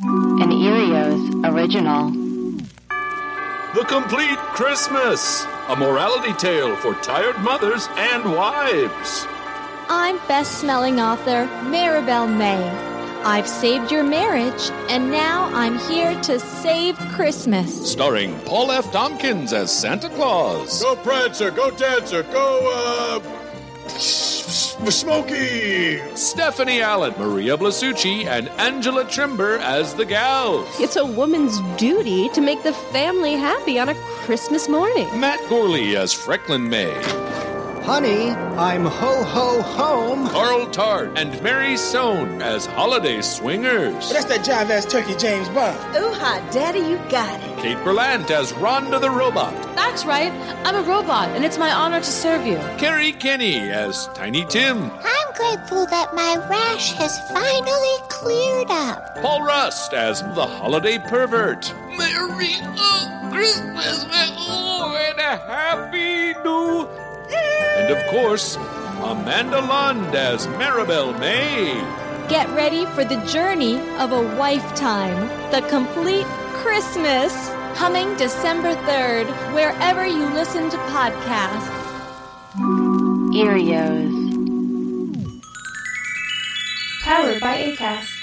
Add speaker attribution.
Speaker 1: An Erios original.
Speaker 2: The Complete Christmas, a morality tale for tired mothers and wives.
Speaker 3: I'm best smelling author Maribel May. I've saved your marriage, and now I'm here to save Christmas.
Speaker 2: Starring Paul F. Tompkins as Santa Claus.
Speaker 4: Go Prancer, go Dancer, go, uh. Smokey!
Speaker 2: Stephanie Allen, Maria Blasucci, and Angela Trimber as the gals.
Speaker 5: It's a woman's duty to make the family happy on a Christmas morning.
Speaker 2: Matt Gourley as Frecklin May.
Speaker 6: Honey, I'm ho ho home.
Speaker 2: Carl Tart and Mary Sohn as Holiday Swingers.
Speaker 7: That's that jive ass turkey, James Bond.
Speaker 8: Ooh, hot daddy, you got it.
Speaker 2: Kate Berlant as Rhonda the Robot.
Speaker 5: That's right, I'm a robot, and it's my honor to serve you.
Speaker 2: Carrie Kenny as Tiny Tim.
Speaker 9: I'm grateful that my rash has finally cleared up.
Speaker 2: Paul Rust as the Holiday Pervert.
Speaker 10: Merry uh, Christmas, my oh, and a happy new.
Speaker 2: And of course, Amanda Lund as Maribel May.
Speaker 3: Get ready for the journey of a lifetime. The complete Christmas. Coming December 3rd, wherever you listen to podcasts.
Speaker 1: Erios.
Speaker 11: Powered by ACAST.